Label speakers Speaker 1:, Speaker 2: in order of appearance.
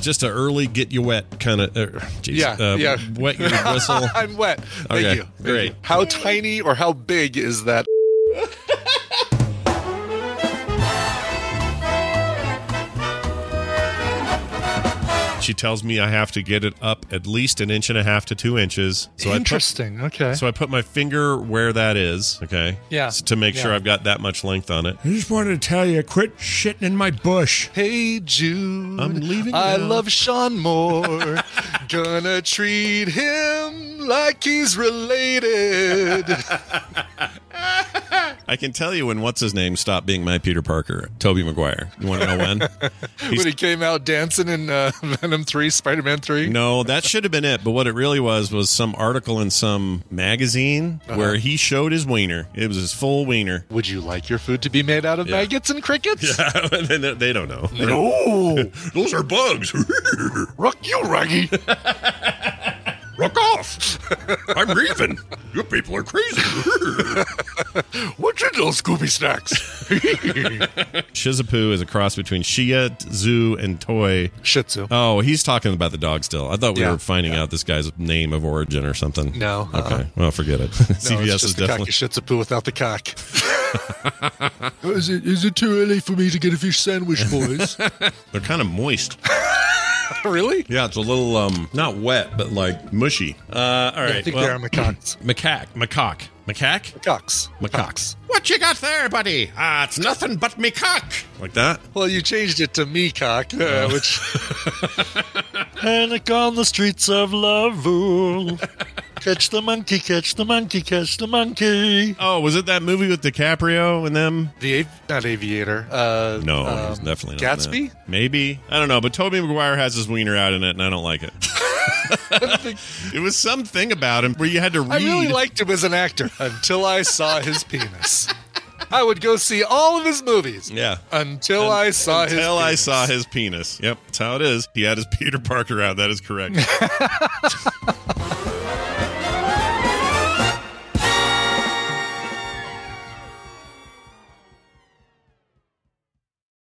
Speaker 1: just an early get you wet kind of. Uh, geez,
Speaker 2: Yeah,
Speaker 1: uh,
Speaker 2: yeah.
Speaker 1: Wet your whistle.
Speaker 2: I'm wet. Thank
Speaker 1: Okay,
Speaker 2: you. Thank
Speaker 1: great.
Speaker 2: you. How tiny or how big is that?
Speaker 1: she tells me I have to get it up at least an inch and a half to two inches. So I put,
Speaker 2: Interesting. okay.
Speaker 1: so I put my finger where that is. Okay.
Speaker 2: Yeah,
Speaker 1: s- To make sure
Speaker 2: yeah.
Speaker 1: I've got that much length on it.
Speaker 3: I just wanted to tell you, quit shitting in my bush.
Speaker 2: hey Jude,
Speaker 1: I'm leaving
Speaker 2: I
Speaker 1: now.
Speaker 2: love Sean Moore. Gonna treat him like he's related.
Speaker 1: I can tell you when what's his name stopped being my Peter Parker, Toby Maguire. You want to know when?
Speaker 2: when he came out dancing in uh, Venom Three, Spider Man Three.
Speaker 1: No, that should have been it. But what it really was was some article in some magazine
Speaker 2: Uh-huh.
Speaker 1: where he showed his wiener. It was his full wiener.
Speaker 2: Would you like your food to be made out of
Speaker 1: Yeah.
Speaker 2: maggots and crickets?
Speaker 1: they they don't know.
Speaker 2: No,
Speaker 1: Those are bugs.
Speaker 2: rock you, Raggy.
Speaker 1: Rock off. I'm grieving. You people are crazy.
Speaker 2: What's in those Scooby snacks?
Speaker 1: Shizapu is a cross between Shia, Zoo, and Toy.
Speaker 2: Shih Tzu.
Speaker 1: Oh, he's talking about the dog still. I thought we
Speaker 2: Yeah,
Speaker 1: were finding out this guy's name of origin or something.
Speaker 2: No,
Speaker 1: Okay.
Speaker 2: uh-uh.
Speaker 1: Well, forget it.
Speaker 2: No,
Speaker 1: CVS
Speaker 2: it's
Speaker 1: is
Speaker 2: just the
Speaker 1: definitely.
Speaker 2: cock. Shih Tzu without the cock. is it is it too early for me to get a fish sandwich, boys?
Speaker 1: They're kind of moist.
Speaker 2: really?
Speaker 1: Yeah, it's a little um not wet, but like mushy. Uh, all right.
Speaker 2: I think
Speaker 1: well,
Speaker 2: they are macaques.
Speaker 1: macaque, macaque, macaque,
Speaker 2: Cocks.
Speaker 1: macaques.
Speaker 2: Oh.
Speaker 1: What you got there, buddy? Ah, it's nothing but me cock. Like that.
Speaker 2: Well, you changed it to me cock, uh, which. Panic on the streets of Lavul. catch the monkey, catch the monkey, catch the monkey.
Speaker 1: Oh, was it that movie with DiCaprio and them?
Speaker 2: The av- not aviator. Uh,
Speaker 1: No,
Speaker 2: um,
Speaker 1: it was definitely not
Speaker 2: Gatsby.
Speaker 1: that. Maybe I don't know, but Toby Maguire has his wiener out in it, and I don't like it. it was something about him where you had to read.
Speaker 2: I really liked him as an actor until I saw his penis. I would go see all of his movies.
Speaker 1: Yeah.
Speaker 2: Until I saw his.
Speaker 1: Until I
Speaker 2: penis.
Speaker 1: saw his penis. Yep, that's how it is. He had his Peter Parker out. That is correct.